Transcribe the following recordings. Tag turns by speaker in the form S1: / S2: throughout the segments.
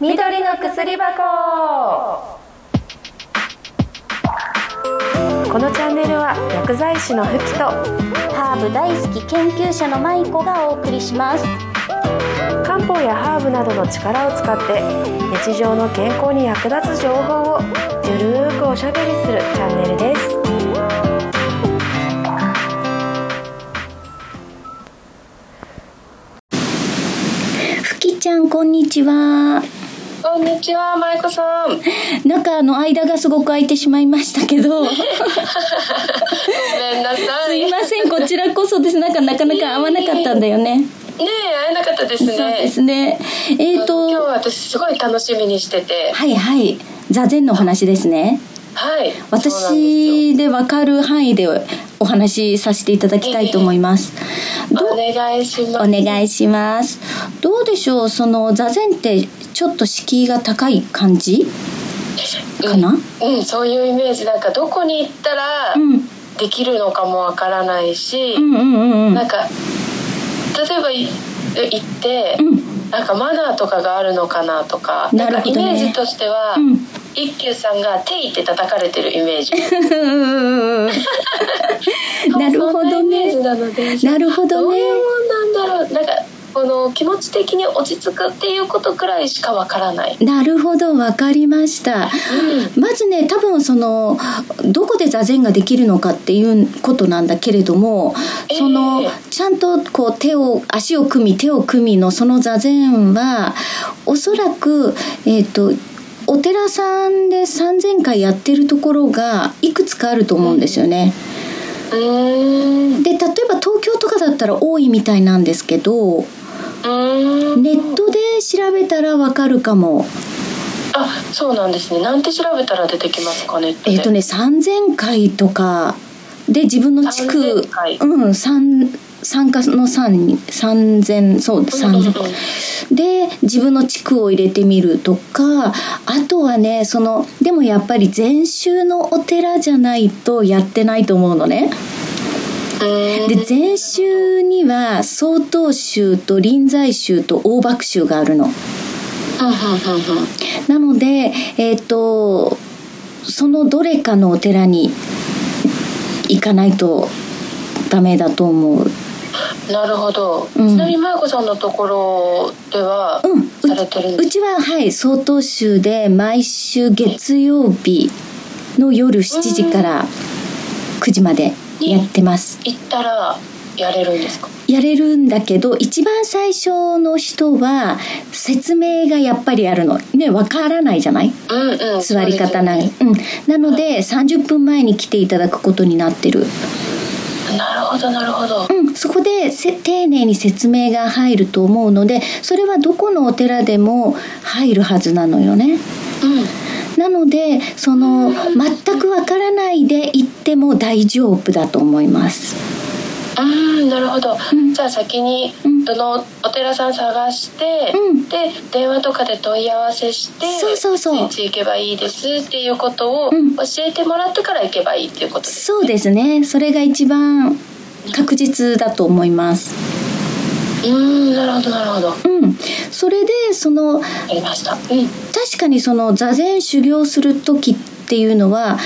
S1: 緑の薬箱
S2: このチャンネルは薬剤師のふきと
S3: ハーブ大好き研究者の舞子がお送りします
S2: 漢方やハーブなどの力を使って日常の健康に役立つ情報をゆるーくおしゃべりするチャンネルです
S3: ふきちゃんこんにちは
S1: こんにちは舞子さんご
S3: なんかあの間がすごく空いてしまいましたけどす
S1: めんなさい
S3: い
S1: ね
S3: ませんこちらこそですなんかなかなか会わなかったんだよね
S1: え会えなかったです
S3: そう
S1: ね
S3: ですねえっ、
S1: 今日
S3: と
S1: 私すごい楽しみにしてて
S3: はいはい座禅のお話ですね
S1: はいそうなんですよ
S3: 私でわかる範囲でお話しさせていただきたいと思います、どう
S1: お願いします
S3: お願いしますどうでしょうその座禅ってちょっと敷居が高い感じかな
S1: うん、うんそういうイメージなんかどこに行ったら
S3: うん、うん
S1: できるのかもわからないし、
S3: うんうんうん
S1: なんか例えばい行って、
S3: うん
S1: なんかマナーとかがあるのかなとか
S3: なるほどね
S1: んかイメージとしては、
S3: うん
S1: 一休さんが「手い」って叩かれてるイメージ
S3: なるほ
S1: そ
S3: ど
S1: んなイメージ
S3: ね
S1: なので
S3: なるほ
S1: ど
S3: ど
S1: う
S3: ね
S1: いうもんなんだろうなんかこの気持ち的に落ち着くっていうことくらいしかわからない、
S3: なるほどわかりまし
S1: う
S3: た
S1: ん、
S3: まずね多分そのどこで座禅ができるのかっていうことなんだけれども、
S1: ええ
S3: そのちゃんとこう手を足を組み手を組みのその座禅はおそらくえっ、とお寺さんで3,000回やってるところがいくつかあると思うんですよね。
S1: うーんう
S3: で例えば東京とかだったら多いみたいなんですけど
S1: ーん
S3: ネットで調べたらわかるかも。
S1: あそうなんですねなんて調べたら出てきますかねって
S3: えっ、とね3,000回とかで自分の地区
S1: 3000回
S3: うん三参加の三に3,000そう3,000、
S1: うんうん
S3: で自分の地区を入れてみるとかあとはねそのでもやっぱり禅宗のお寺じゃないとやってないと思うのね。
S1: うーん
S3: で禅宗には曹洞宗と臨済宗と大幕宗があるの。
S1: うんうんうんうん
S3: なので、えっとそのどれかのお寺に行かないとダメだと思う。
S1: なるほど、
S3: うん
S1: ちなみに麻衣子さんのところでは
S3: うん、
S1: されてるん
S3: う
S1: です
S3: ちははい曹洞宗で毎週月曜日の夜7時から9時までやってます。
S1: 行ったらやれるんですか
S3: やれるんだけど一番最初の人は説明がやっぱりあるのねわからないじゃない
S1: うんうん
S3: 座り方な,、
S1: そううんです、
S3: なので30分前に来ていただくことになってる。
S1: よねなるほどなるほど
S3: うん、そこでせ丁寧に説明が入ると思うのでそれはどこのお寺でも入るはずなのよね。
S1: うん
S3: なのでその全くわからないで行っても大丈夫だと思います。
S1: うんなるほど、
S3: うん
S1: じゃあ先に
S3: うん
S1: どのお寺さん探して、
S3: うん
S1: で電話とかで問い合わせして
S3: そうそうそう
S1: いつ行けばいいですっていうことを教
S3: うん
S1: えてもらってから行けばいいっていうことです、
S3: そうですねそれが一番確実だと思います。
S1: うんなるほどなるほどわか
S3: うん、それでその
S1: りましたうん
S3: 確かにその座禅修行する時っていうのは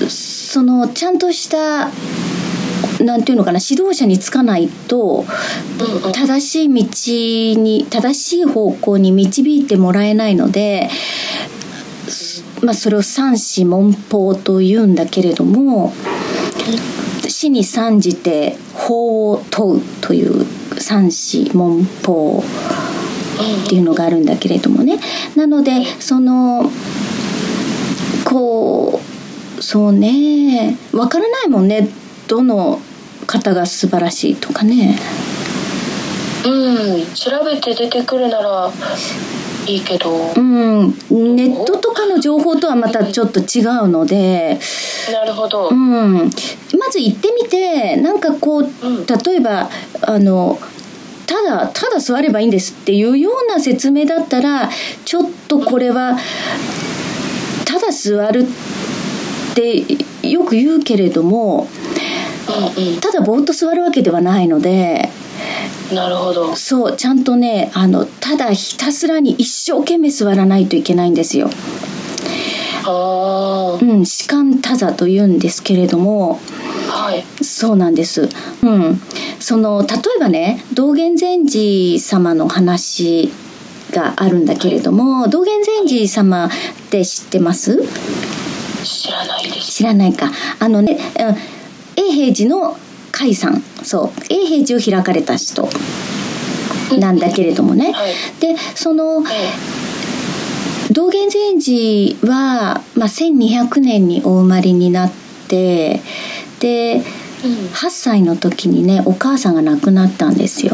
S1: うん
S3: そのちゃんとしたなんていうのかな指導者につかないと
S1: うんうん
S3: 正しい道に正しい方向に導いてもらえないので、すまあ、それを三子文法というんだけれども死に参じて法を問うという三子文法っていうのがあるんだけれどもねなのでそのこうそうねわからないもんねどの方が素晴らしいとかね。
S1: うん調べて出てくるならいいけど、
S3: うん、ネットとかの情報とはまたちょっと違うので、
S1: なるほど、う
S3: う
S1: ん
S3: ん、まず行ってみてなんかこう
S1: ん
S3: 例えばあのただただ座ればいいんですっていうような説明だったらちょっとこれはただ座るってよく言うけれども
S1: うん
S3: ただぼーっと座るわけではないので
S1: なるほど
S3: そうちゃんとねあのただひたすらに一生懸命座らないといけないんですよ。
S1: あ
S3: うん、士官多座というんですけれども
S1: あはい
S3: そうなんです、うん、その例えばね道元禅師様の話があるんだけれども道元禅師様って知ってます
S1: 知らないです
S3: 知らないかあのねうん永平寺の甲斐さんそう永平寺を開かれた人なんだけれどもね、
S1: はい
S3: でその
S1: え
S3: 道元禅師は、まあ、1200年にお生まれになってで
S1: えうん
S3: 8歳の時にねお母さんが亡くなったんですよ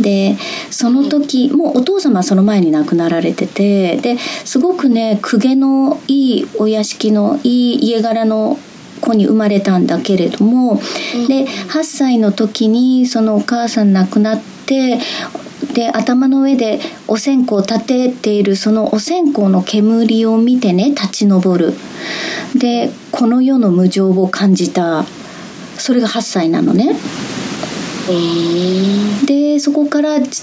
S3: でその時もうお父様はその前に亡くなられててですごくね公家のいいお屋敷のいい家柄の子に生まれたんだけれどもで8歳の時にそのお母さん亡くなってで頭の上でお線香を立てているそのお線香の煙を見てね立ち上るでこの世の無常を感じたそれが8歳なのね
S1: うーん
S3: でそこからじ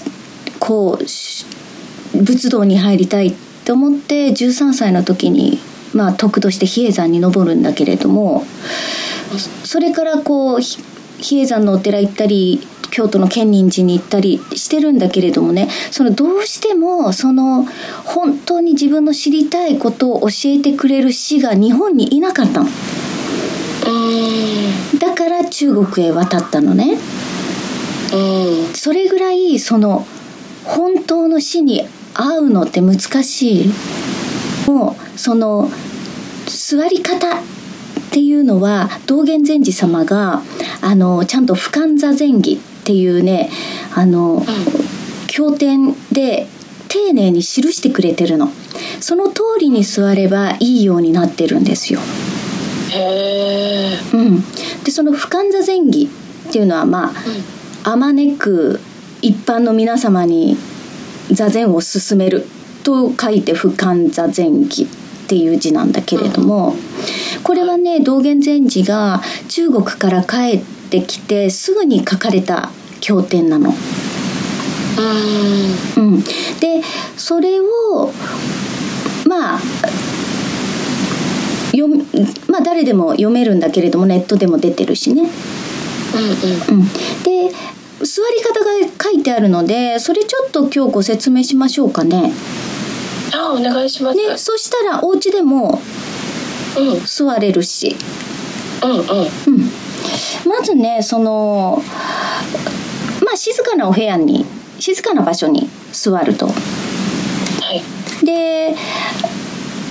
S3: こうし仏道に入りたいと思って13歳の時に、まあ、得度して比叡山に登るんだけれどもそれからこうひ比叡山のお寺行ったり京都の建仁寺に行ったりしてるんだけれどもねそのどうしてもその本当に自分の知りたいことを教えてくれる師が日本にいなかったのだから中国へ渡ったのね。
S1: うんうん
S3: それぐらいその本当の死に合うのって難しいもうその座り方っていうのは道元禅師様があのちゃんと俯瞰座禅儀っていうねあの経典で丁寧に記してくれてるのその通りに座ればいいようになってるんですよ
S1: へえ
S3: うん、でその俯瞰座禅儀っていうのはまああまねく一般の皆様に座禅を勧めると書いて俯瞰座禅儀っていう字なんだけれどもこれはね道元禅師が中国から帰ってきてすぐに書かれた経典なの。
S1: うん
S3: うん、でそれをまあ読みまあ誰でも読めるんだけれどもネットでも出てるしね。
S1: うん
S3: うん、で座り方が書いてあるのでそれちょっと今日ご説明しましょうかね。
S1: あお願いします、
S3: ねそしたらお家でも
S1: うんうん
S3: 座れるし。
S1: うん
S3: まずねそのまあ静かなお部屋に静かな場所に座ると。
S1: はい
S3: で、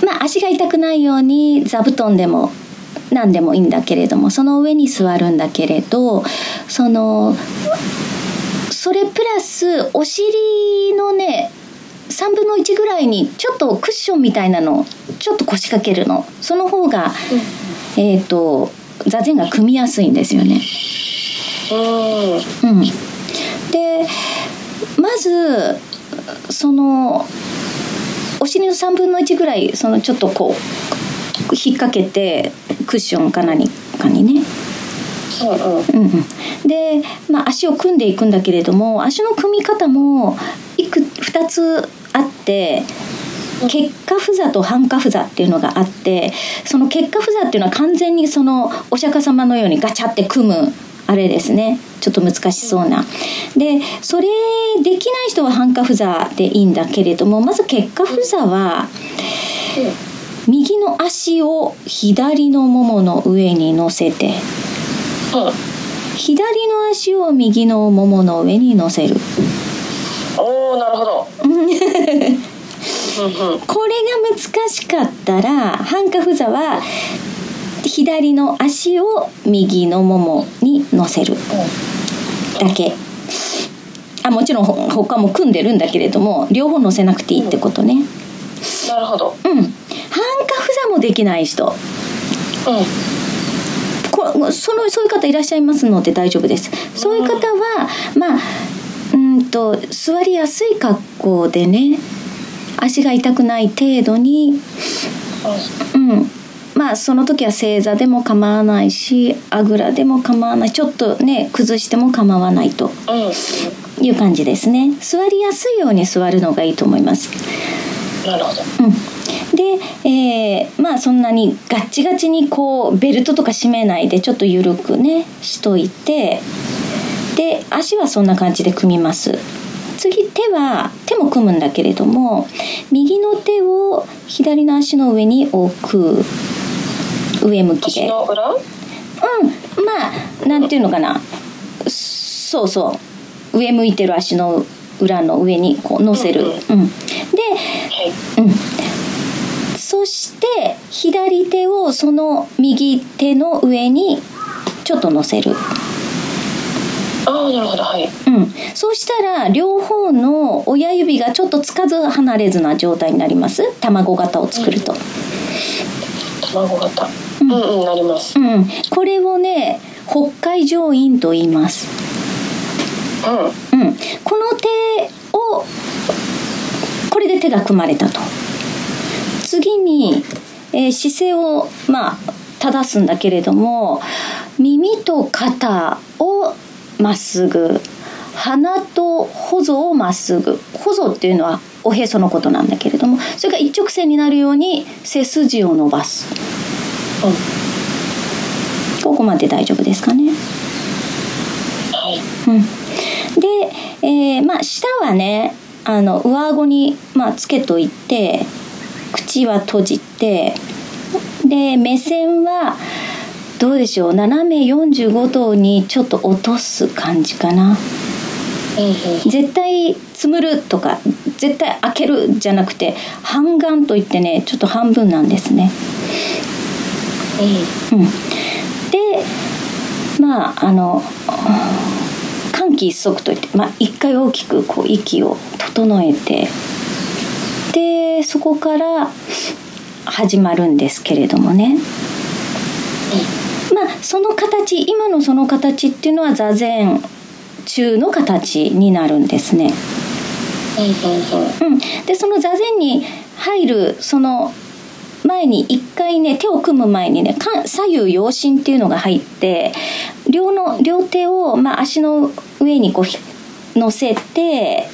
S3: まあ、足が痛くないように座布団でも何でもいいんだけれどもその上に座るんだけれどそのそれプラスお尻のね3分の1ぐらいにちょっとクッションみたいなのをちょっと腰掛けるのその方が、えっ、と座禅が組みやすいんですよね。
S1: うん
S3: うん、でまずそのお尻の3分の1ぐらいそのちょっとこう引っ掛けてクッションか何かにね、
S1: うんうん
S3: うんうん、で、まあ、足を組んでいくんだけれども足の組み方もいく2つあって。結果不座と半下不座っていうのがあってその結果不座っていうのは完全にそのお釈迦様のようにガチャって組むあれですねちょっと難しそうな。でそれできない人は半下不座でいいんだけれどもまず結果不座は右の足を左のももの上に乗せて
S1: うん
S3: 左の足を右のももの上に乗せる。
S1: おおなるほどうんうん
S3: これが難しかったら半跏趺座は左の足を右のももに乗せるだけあもちろんほ他も組んでるんだけれども両方乗せなくていいってことね
S1: なるほど
S3: うん半跏趺座もできない人
S1: うん
S3: こそのそういう方いらっしゃいますので大丈夫ですそういう方はまあうんと座りやすい格好でね足が痛くない程度にうん、まあその時は正座でも構わないしあぐらでも構わないちょっとね崩しても構わないと、
S1: うんうん
S3: いう感じですね座りやすいように座るのがいいと思います
S1: なるほど
S3: うんで、えーまあそんなにガッチガチにこうベルトとか締めないでちょっと緩くねしといてで足はそんな感じで組みます次手は手も組むんだけれども右の手を左の足の上に置く上向き
S1: 足
S3: で
S1: の裏
S3: うんまあなんていうのかなそうそう上向いてる足の裏の上にこう乗せる、うん、で
S1: はい
S3: うん、そして左手をその右手の上にちょっと乗せる、
S1: ああなるほどはい
S3: うん、そうしたら両方の親指がちょっとつかず離れずな状態になります卵型を作ると、
S1: 卵型
S3: う
S1: うんんうんなります
S3: うんこれをね北海上院と言います、
S1: うん
S3: うん、この手をこれで手が組まれたと次に、えー姿勢をまあ正すんだけれども耳と肩をまっすぐ鼻と頬をまっすぐ頬っていうのはおへそのことなんだけれどもそれが一直線になるように背筋を伸ばすここまで大丈夫ですかね
S1: はい
S3: うんで、えーまあ、舌はねあの上顎に、まあ、つけといて口は閉じてで目線はどうでしょう斜め45度にちょっと落とす感じか
S1: う
S3: な
S1: んうん
S3: 絶対つむるとか絶対開けるじゃなくて半眼といってねちょっと半分なんですね。うん、でまああの換気一足といって、まあ、一回大きくこう息を整えてでそこから始まるんですけれどもね。まあその形今のその形っていうのは座禅中の形になるんですね。
S1: うんうんうん
S3: うん、でその座禅に入るその前に一回ね手を組む前にねか左右陽心っていうのが入って両の両手を、まあ、足の上にこうひ乗せて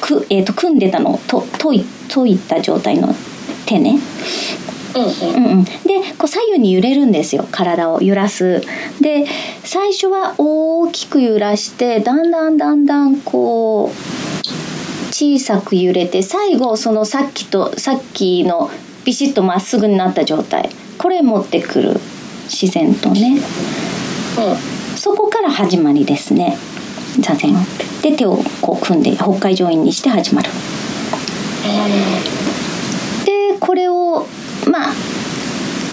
S3: く、えー、と組んでたのをとといといた状態の手ね。
S1: うん
S3: うんうん、でこう左右に揺れるんですよ体を揺らすで最初は大きく揺らしてだんだんだんだんこう小さく揺れて最後そのさっきとさっきのビシッとまっすぐになった状態これ持ってくる自然とね
S1: うん
S3: そこから始まりですね座禅で手をこう組んで北海上院にして始まるでこれをまあ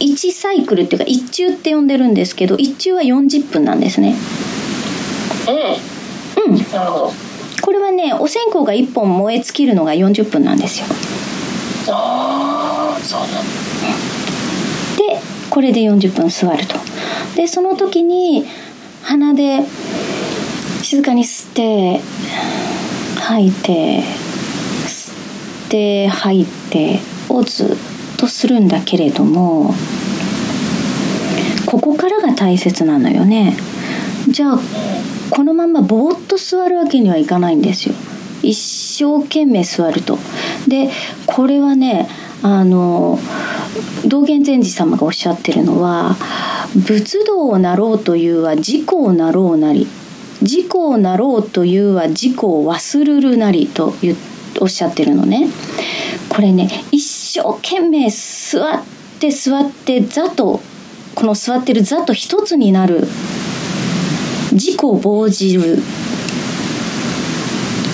S3: 1サイクルっていうか1中って呼んでるんですけど1中は40分なんですね
S1: う
S3: うん
S1: んなるほど
S3: これはねお線香が1本燃え尽きるのが40分なんですよ
S1: ああそうなんだ
S3: でこれで40分座るとでその時に鼻で静かに吸って吐いて吸って吐いてをずっとするんだけれどもここからが大切なのよねじゃあこのままぼーっと座るわけにはいかないんですよ一生懸命座るとでこれはねあの道元禅師様がおっしゃってるのは仏道をなろうというは自己をなろうなり自己をなろうというは自己を忘るるなりと言うおっしゃってるのねこれね一生懸命座って座って座とこの座ってる座と一つになる自己を防じる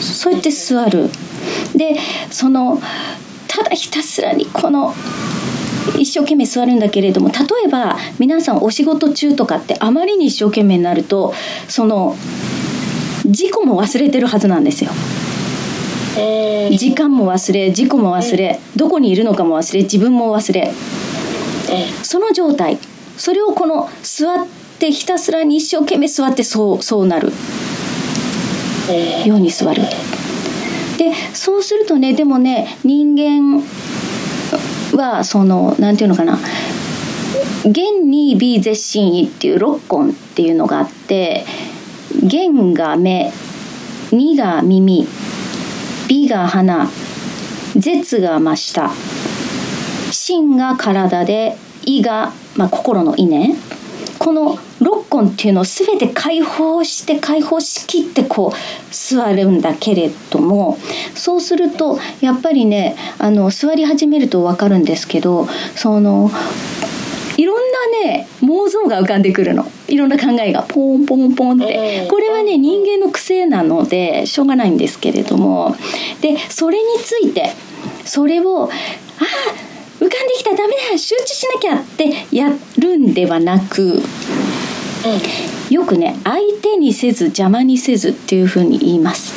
S3: そうやって座るでそのただひたすらにこの一生懸命座るんだけれども例えば皆さんお仕事中とかってあまりに一生懸命になるとその事故も忘れてるはずなんですよ
S1: うん
S3: 時間も忘れ事故も忘れどこにいるのかも忘れ自分も忘れその状態それをこの座ってひたすらに一生懸命座ってそうそうなる
S1: うん
S3: ように座るでそうするとねでもね人間はそのなんていうのかな弦に美絶身意っていう六根っていうのがあって弦が目にが耳 B が鼻舌が真下心が体で意が、まあ、心の意ねこの六根っていうのを全て解放して解放しきってこう座るんだけれどもそうするとやっぱりねあの座り始めると分かるんですけどそのいろんなね妄想が浮かんでくるのいろんな考えがポンポンポンって
S1: うん
S3: これはね人間の癖なのでしょうがないんですけれどもでそれについてそれをあー浮かんできたダメだ集中しなきゃってやるんではなくよくね相手にせず邪魔にせずっていう風に言います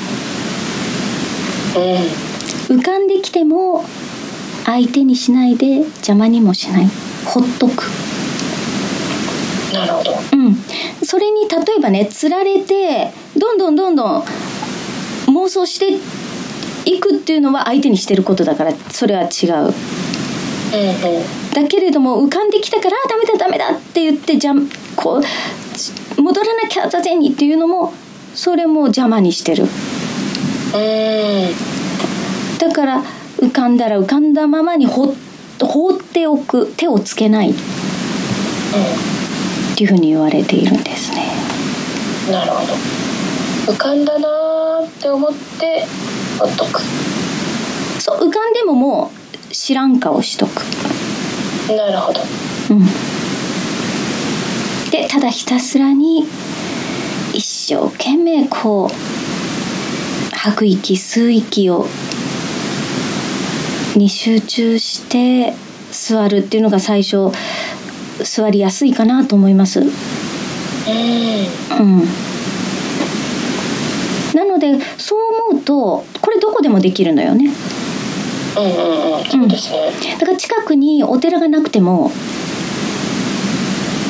S3: 浮かんできても相手にしないで邪魔にもしないほっとく
S1: なるほど
S3: うん、それに例えばねつられてどんどんどんどん妄想していくっていうのは相手にしてることだからそれは違う
S1: うんうん
S3: だけれども浮かんできたからあダメだダメだって言ってじゃんこう戻らなきゃ座禅にっていうのもそれも邪魔にしてる
S1: うん
S3: だから浮かんだら浮かんだままにほ放っておく手をつけないっていうふうに言われているんですね
S1: なるほど浮かんだなーって思ってほっとく
S3: そう浮かんでももう知らん顔しとく
S1: なるほど
S3: うん、でただひたすらに一生懸命こう吐く息吸う息をに集中して座るっていうのが最初座りやすいかなと思います。
S1: う
S3: うんなのでそう思うとこれどこでもできるのよね
S1: んうんうんうんそうですね
S3: だから近くにお寺がなくても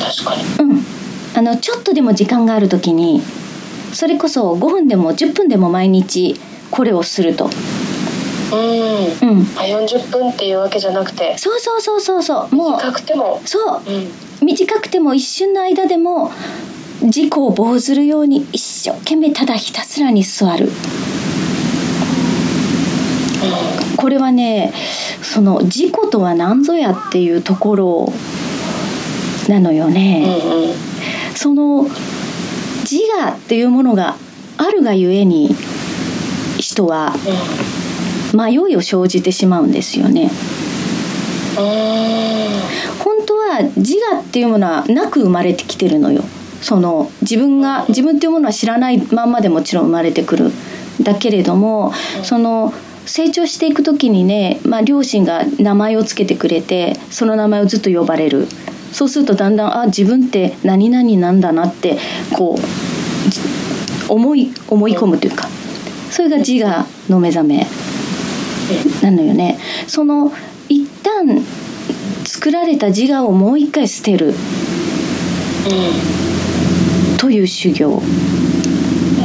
S1: 確かに
S3: うん、あのちょっとでも時間がある時にそれこそ5分でも10分でも毎日これをすると、
S1: うん
S3: うん、
S1: あ40分っていうわけじゃなくて
S3: そうそうそうそうそうも
S1: 短くても
S3: うそう
S1: うん
S3: 短くても一瞬の間でも自己を棒ずるように一生懸命ただひたすらに座るこれはねその自己とは何ぞやっていうところなのよね。
S1: うんうん
S3: その自我っていうものがあるがゆえに人は
S1: う
S3: 迷いを生じてしまうんですよ
S1: ん
S3: ね
S1: うん
S3: 本当は自我っていうものはなく生まれてきてるのよその自分が自分っていうものは知らないまんまでもちろん生まれてくるだけれどもその成長していく時にね、まあ、両親が名前をつけてくれてその名前をずっと呼ばれるそうするとだんだんあ自分って何々なんだなってこうじ思い思い込むというかそれが自我の目覚めなのよねその一旦作られた自我をもう一回捨てるという修行、
S1: うん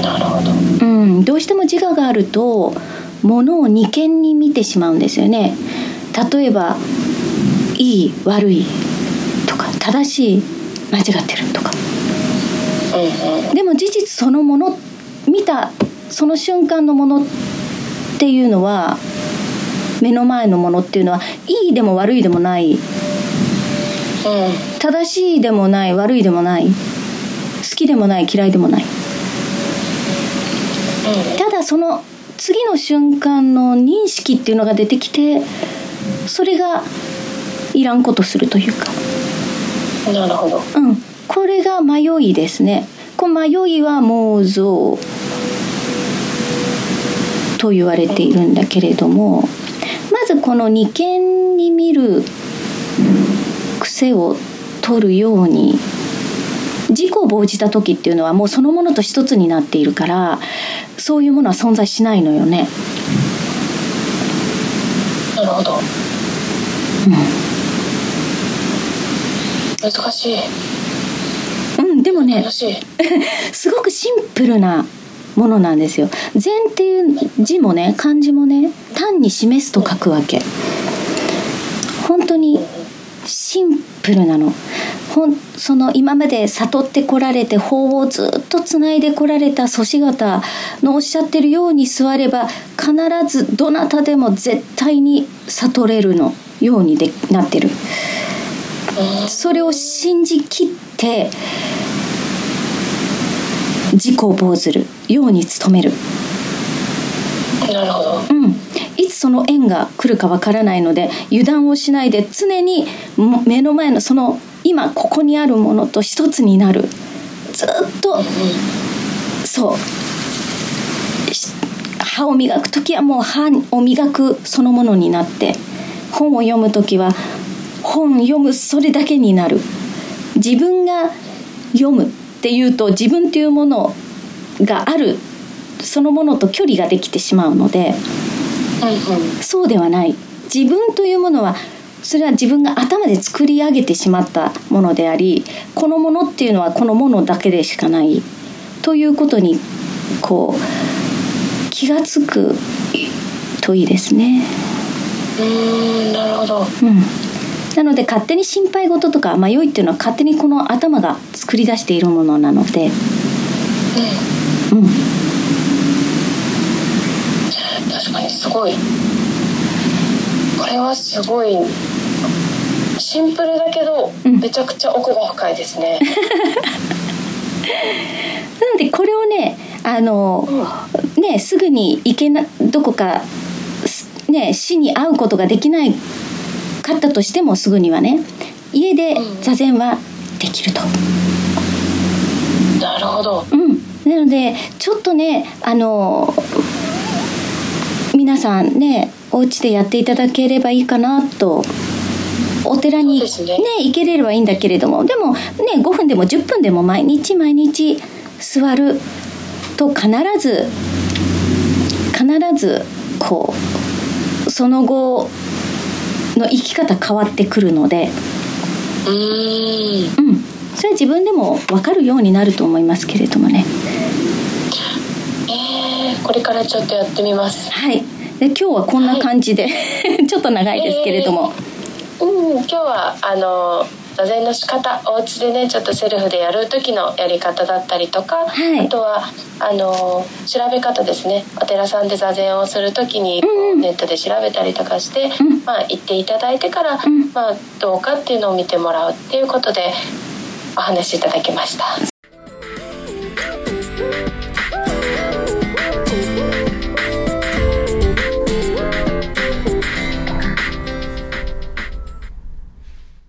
S1: なるほど
S3: うん、どうしても自我があると物を二見に見てしまうんですよね例えばいい悪いとか正しい間違ってるとか
S1: うんうん
S3: でも事実そのもの見たその瞬間のものっていうのは目の前のものっていうのはいいでも悪いでもない
S1: うん
S3: 正しいでもない悪いでもない好きでもない嫌いでもないただその次の瞬間の認識っていうのが出てきてそれがいらんことするというか
S1: うんなるほど
S3: うんこれが迷いですねこの迷いは妄想と言われているんだけれどもまずこの二見に見る癖を取るように自己を応じた時っていうのはもうそのものと一つになっているからそういうものは存在しないのよね。
S1: なるほど難しい
S3: うん、でもね
S1: 難しい
S3: すごくシンプルなものなんですよ禅っていう字もね漢字もね単に示すと書くわけ本当にシンプルなのほんその今まで悟ってこられて法をずっとつないでこられた祖師方のおっしゃってるように座れば必ずどなたでも絶対に悟れるのようにでなってる。それを信じきって自己を棒ずるように努める。
S1: なるほど
S3: うん、いつその縁が来るかわからないので油断をしないで常にも目の前のその今ここにあるものと一つになるずっとそうし歯を磨く時はもう歯を磨くそのものになって本を読む時は本読むそれだけになる自分が読むっていうと自分っていうものがあるそのものと距離ができてしまうので。
S1: うんうん
S3: そうではない自分というものはそれは自分が頭で作り上げてしまったものでありこのものっていうのはこのものだけでしかないということにこう気が付くといいですね。
S1: うーんなるほど
S3: うんなので勝手に心配事とか迷いっていうのは勝手にこの頭が作り出しているものなので、うん、
S1: 確かにすごいこれはすごいシンプルだけど
S3: うん
S1: めちゃくちゃ奥が深いですね、
S3: なのでこれをねあの、ね、すぐに行けなどこか、すね、死に会うことができないかったとしてもすぐにはね家で
S1: うん
S3: 座禅はできると。
S1: なるほど
S3: うん、なのでちょっとねあの皆さんねお家でやっていただければいいかなとお寺に、ね
S1: そうですね
S3: 行ければいいんだけれどもでもね5分でも10分でも毎日毎日座ると必ず必ずこうその後の生き方変わってくるので、
S1: うーん
S3: うん、それは自分でも分かるようになると思いますけれどもね。
S1: えー、これからちょっとやってみます
S3: はい。で今日はこんな感じで、 ちょっと長いですけれど
S1: う
S3: も、
S1: ん今日はあの座禅の仕方お家でねちょっとセルフでやる時のやり方だったりとか、
S3: はい
S1: あとはあの調べ方ですねお寺さんで座禅をする時に
S3: うんうん
S1: ネットで調べたりとかして、
S3: うん
S1: まあ、行っていただいてから、
S3: ん
S1: まあ、どうかっていうのを見てもらうっていうことでお話しいただきました。